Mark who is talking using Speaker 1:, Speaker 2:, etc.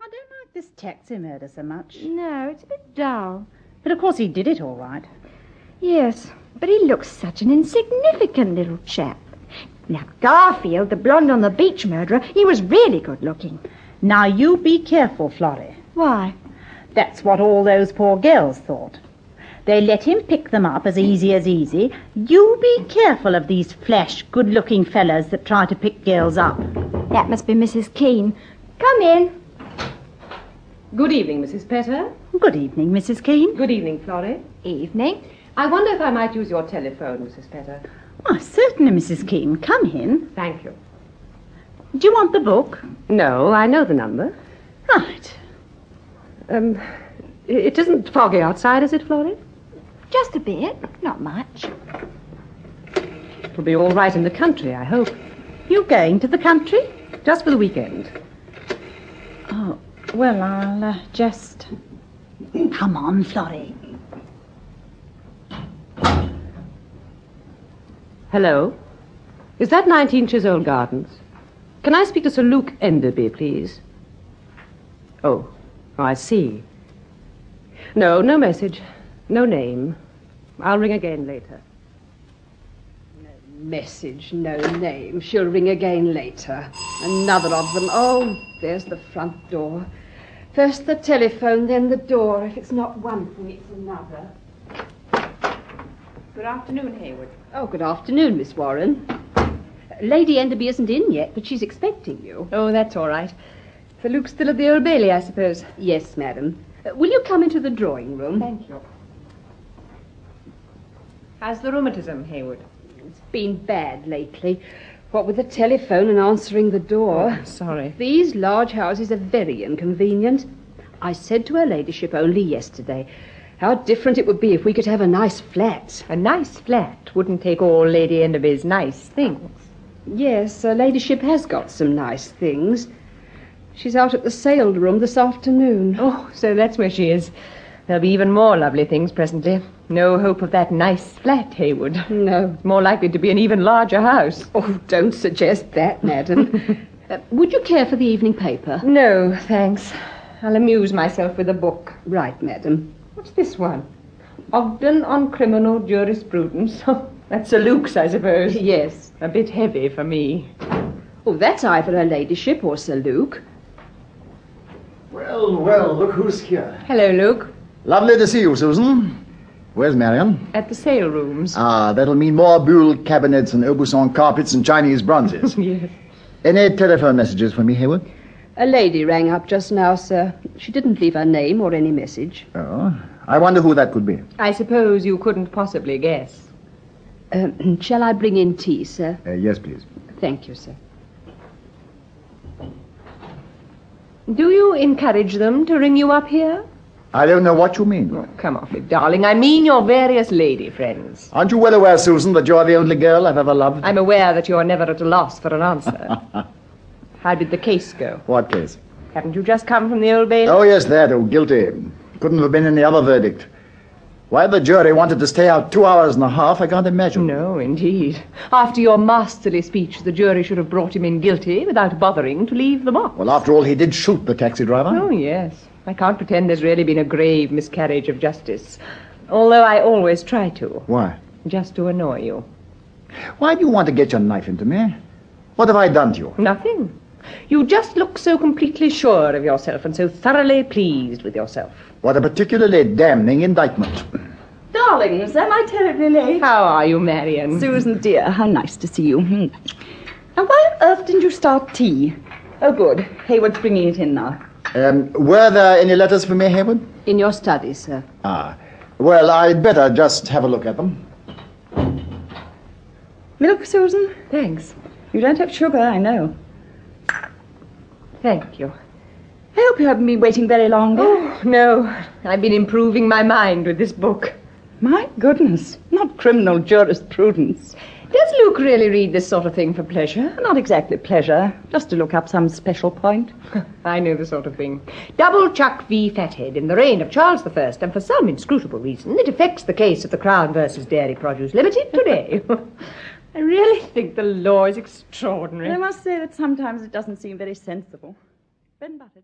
Speaker 1: I don't like this taxi murder so much.
Speaker 2: No, it's a bit dull.
Speaker 1: But of course he did it all right.
Speaker 2: Yes, but he looks such an insignificant little chap. Now, Garfield, the blonde on the beach murderer, he was really good looking.
Speaker 1: Now you be careful, Florrie.
Speaker 2: Why?
Speaker 1: That's what all those poor girls thought. They let him pick them up as easy as easy. You be careful of these flash, good looking fellas that try to pick girls up.
Speaker 2: That must be Mrs. Keene. Come in.
Speaker 3: Good evening, Mrs. Petter.
Speaker 1: Good evening, Mrs. Keene.
Speaker 3: Good evening, Florrie.
Speaker 2: Evening.
Speaker 3: I wonder if I might use your telephone, Mrs. Petter.
Speaker 1: Why, certainly, Mrs. Keene. Come in.
Speaker 3: Thank you.
Speaker 1: Do you want the book?
Speaker 3: No, I know the number.
Speaker 1: Right.
Speaker 3: Um, i- it isn't foggy outside, is it, Florrie?
Speaker 2: Just a bit, not much.
Speaker 3: It'll be all right in the country, I hope.
Speaker 1: You going to the country?
Speaker 3: Just for the weekend.
Speaker 1: Oh, well, I'll uh, just. Come on, Florrie.
Speaker 3: Hello? Is that 19 Chisholm Gardens? Can I speak to Sir Luke Enderby, please? Oh, I see. No, no message. No name. I'll ring again later.
Speaker 4: Message, no name. She'll ring again later. Another of them. Oh, there's the front door. First the telephone, then the door. If it's not one thing, it's another.
Speaker 5: Good afternoon, Hayward.
Speaker 4: Oh, good afternoon, Miss Warren. Uh, Lady Enderby isn't in yet, but she's expecting you.
Speaker 5: Oh, that's all right. The Luke's still at the Old Bailey, I suppose.
Speaker 4: Yes, madam. Uh, will you come into the drawing room?
Speaker 5: Thank you. How's the rheumatism, Hayward?
Speaker 4: It's been bad lately. What with the telephone and answering the door.
Speaker 5: Oh,
Speaker 3: Sorry.
Speaker 4: These large houses are very inconvenient. I said to her ladyship only yesterday how different it would be if we could have a nice flat.
Speaker 5: A nice flat wouldn't take all Lady Enderby's nice things.
Speaker 4: Yes, her ladyship has got some nice things. She's out at the sale room this afternoon.
Speaker 5: Oh, so that's where she is. There'll be even more lovely things presently. No hope of that nice flat, Hayward.
Speaker 4: No.
Speaker 5: More likely to be an even larger house.
Speaker 4: Oh, don't suggest that, madam. Uh, would you care for the evening paper?
Speaker 5: No, thanks. I'll amuse myself with a book.
Speaker 4: Right, madam.
Speaker 5: What's this one? Ogden on Criminal Jurisprudence. that's Sir Luke's, I suppose.
Speaker 4: Yes.
Speaker 5: A bit heavy for me.
Speaker 4: Oh, that's either her ladyship or Sir Luke.
Speaker 6: Well, well, look who's here.
Speaker 5: Hello, Luke.
Speaker 6: Lovely to see you, Susan. Where's Marion?
Speaker 5: At the sale rooms.
Speaker 6: Ah, that'll mean more Buhl cabinets and Aubusson carpets and Chinese bronzes.
Speaker 5: yes.
Speaker 6: Any telephone messages for me, Hayward?
Speaker 4: A lady rang up just now, sir. She didn't leave her name or any message.
Speaker 6: Oh, I wonder who that could be.
Speaker 5: I suppose you couldn't possibly guess.
Speaker 4: Um, shall I bring in tea, sir?
Speaker 6: Uh, yes, please.
Speaker 4: Thank you, sir.
Speaker 5: Do you encourage them to ring you up here?
Speaker 6: I don't know what you mean.
Speaker 5: Oh, come off it, darling. I mean your various lady friends.
Speaker 6: Aren't you well aware, Susan, that you're the only girl I've ever loved?
Speaker 5: I'm aware that you're never at a loss for an answer. How did the case go?
Speaker 6: What case?
Speaker 5: Haven't you just come from the Old Bailey?
Speaker 6: Oh, yes, that. Oh, guilty. Couldn't have been any other verdict. Why the jury wanted to stay out two hours and a half, I can't imagine.
Speaker 5: No, indeed. After your masterly speech, the jury should have brought him in guilty without bothering to leave the box.
Speaker 6: Well, after all, he did shoot the taxi driver.
Speaker 5: Oh, yes. I can't pretend there's really been a grave miscarriage of justice. Although I always try to,
Speaker 6: Why?
Speaker 5: just to annoy you.
Speaker 6: Why do you want to get your knife into me? What have I done to you?
Speaker 5: Nothing. You just look so completely sure of yourself and so thoroughly pleased with yourself.
Speaker 6: What a particularly damning indictment.
Speaker 7: Darlings, am I terribly late?
Speaker 5: How are you, Marion?
Speaker 7: Susan, dear, how nice to see you. Hmm. Now, why on earth didn't you start tea? Oh, good. Hayward's bringing it in now.
Speaker 6: Um, were there any letters for me, Hayward?
Speaker 4: In your study, sir.
Speaker 6: Ah. Well, I'd better just have a look at them.
Speaker 7: Milk, Susan?
Speaker 5: Thanks.
Speaker 7: You don't have sugar, I know.
Speaker 5: Thank you.
Speaker 7: I hope you haven't been waiting very long.
Speaker 5: Oh, no. I've been improving my mind with this book.
Speaker 7: my goodness. Not criminal jurisprudence.
Speaker 5: Does Luke really read this sort of thing for pleasure?
Speaker 7: Not exactly pleasure, just to look up some special point.
Speaker 5: I know the sort of thing. Double Chuck v. Fathead in the reign of Charles I, and for some inscrutable reason, it affects the case of the Crown versus Dairy Produce Limited today. I really think the law is extraordinary.
Speaker 7: I must say that sometimes it doesn't seem very sensible. Ben Butter, dear.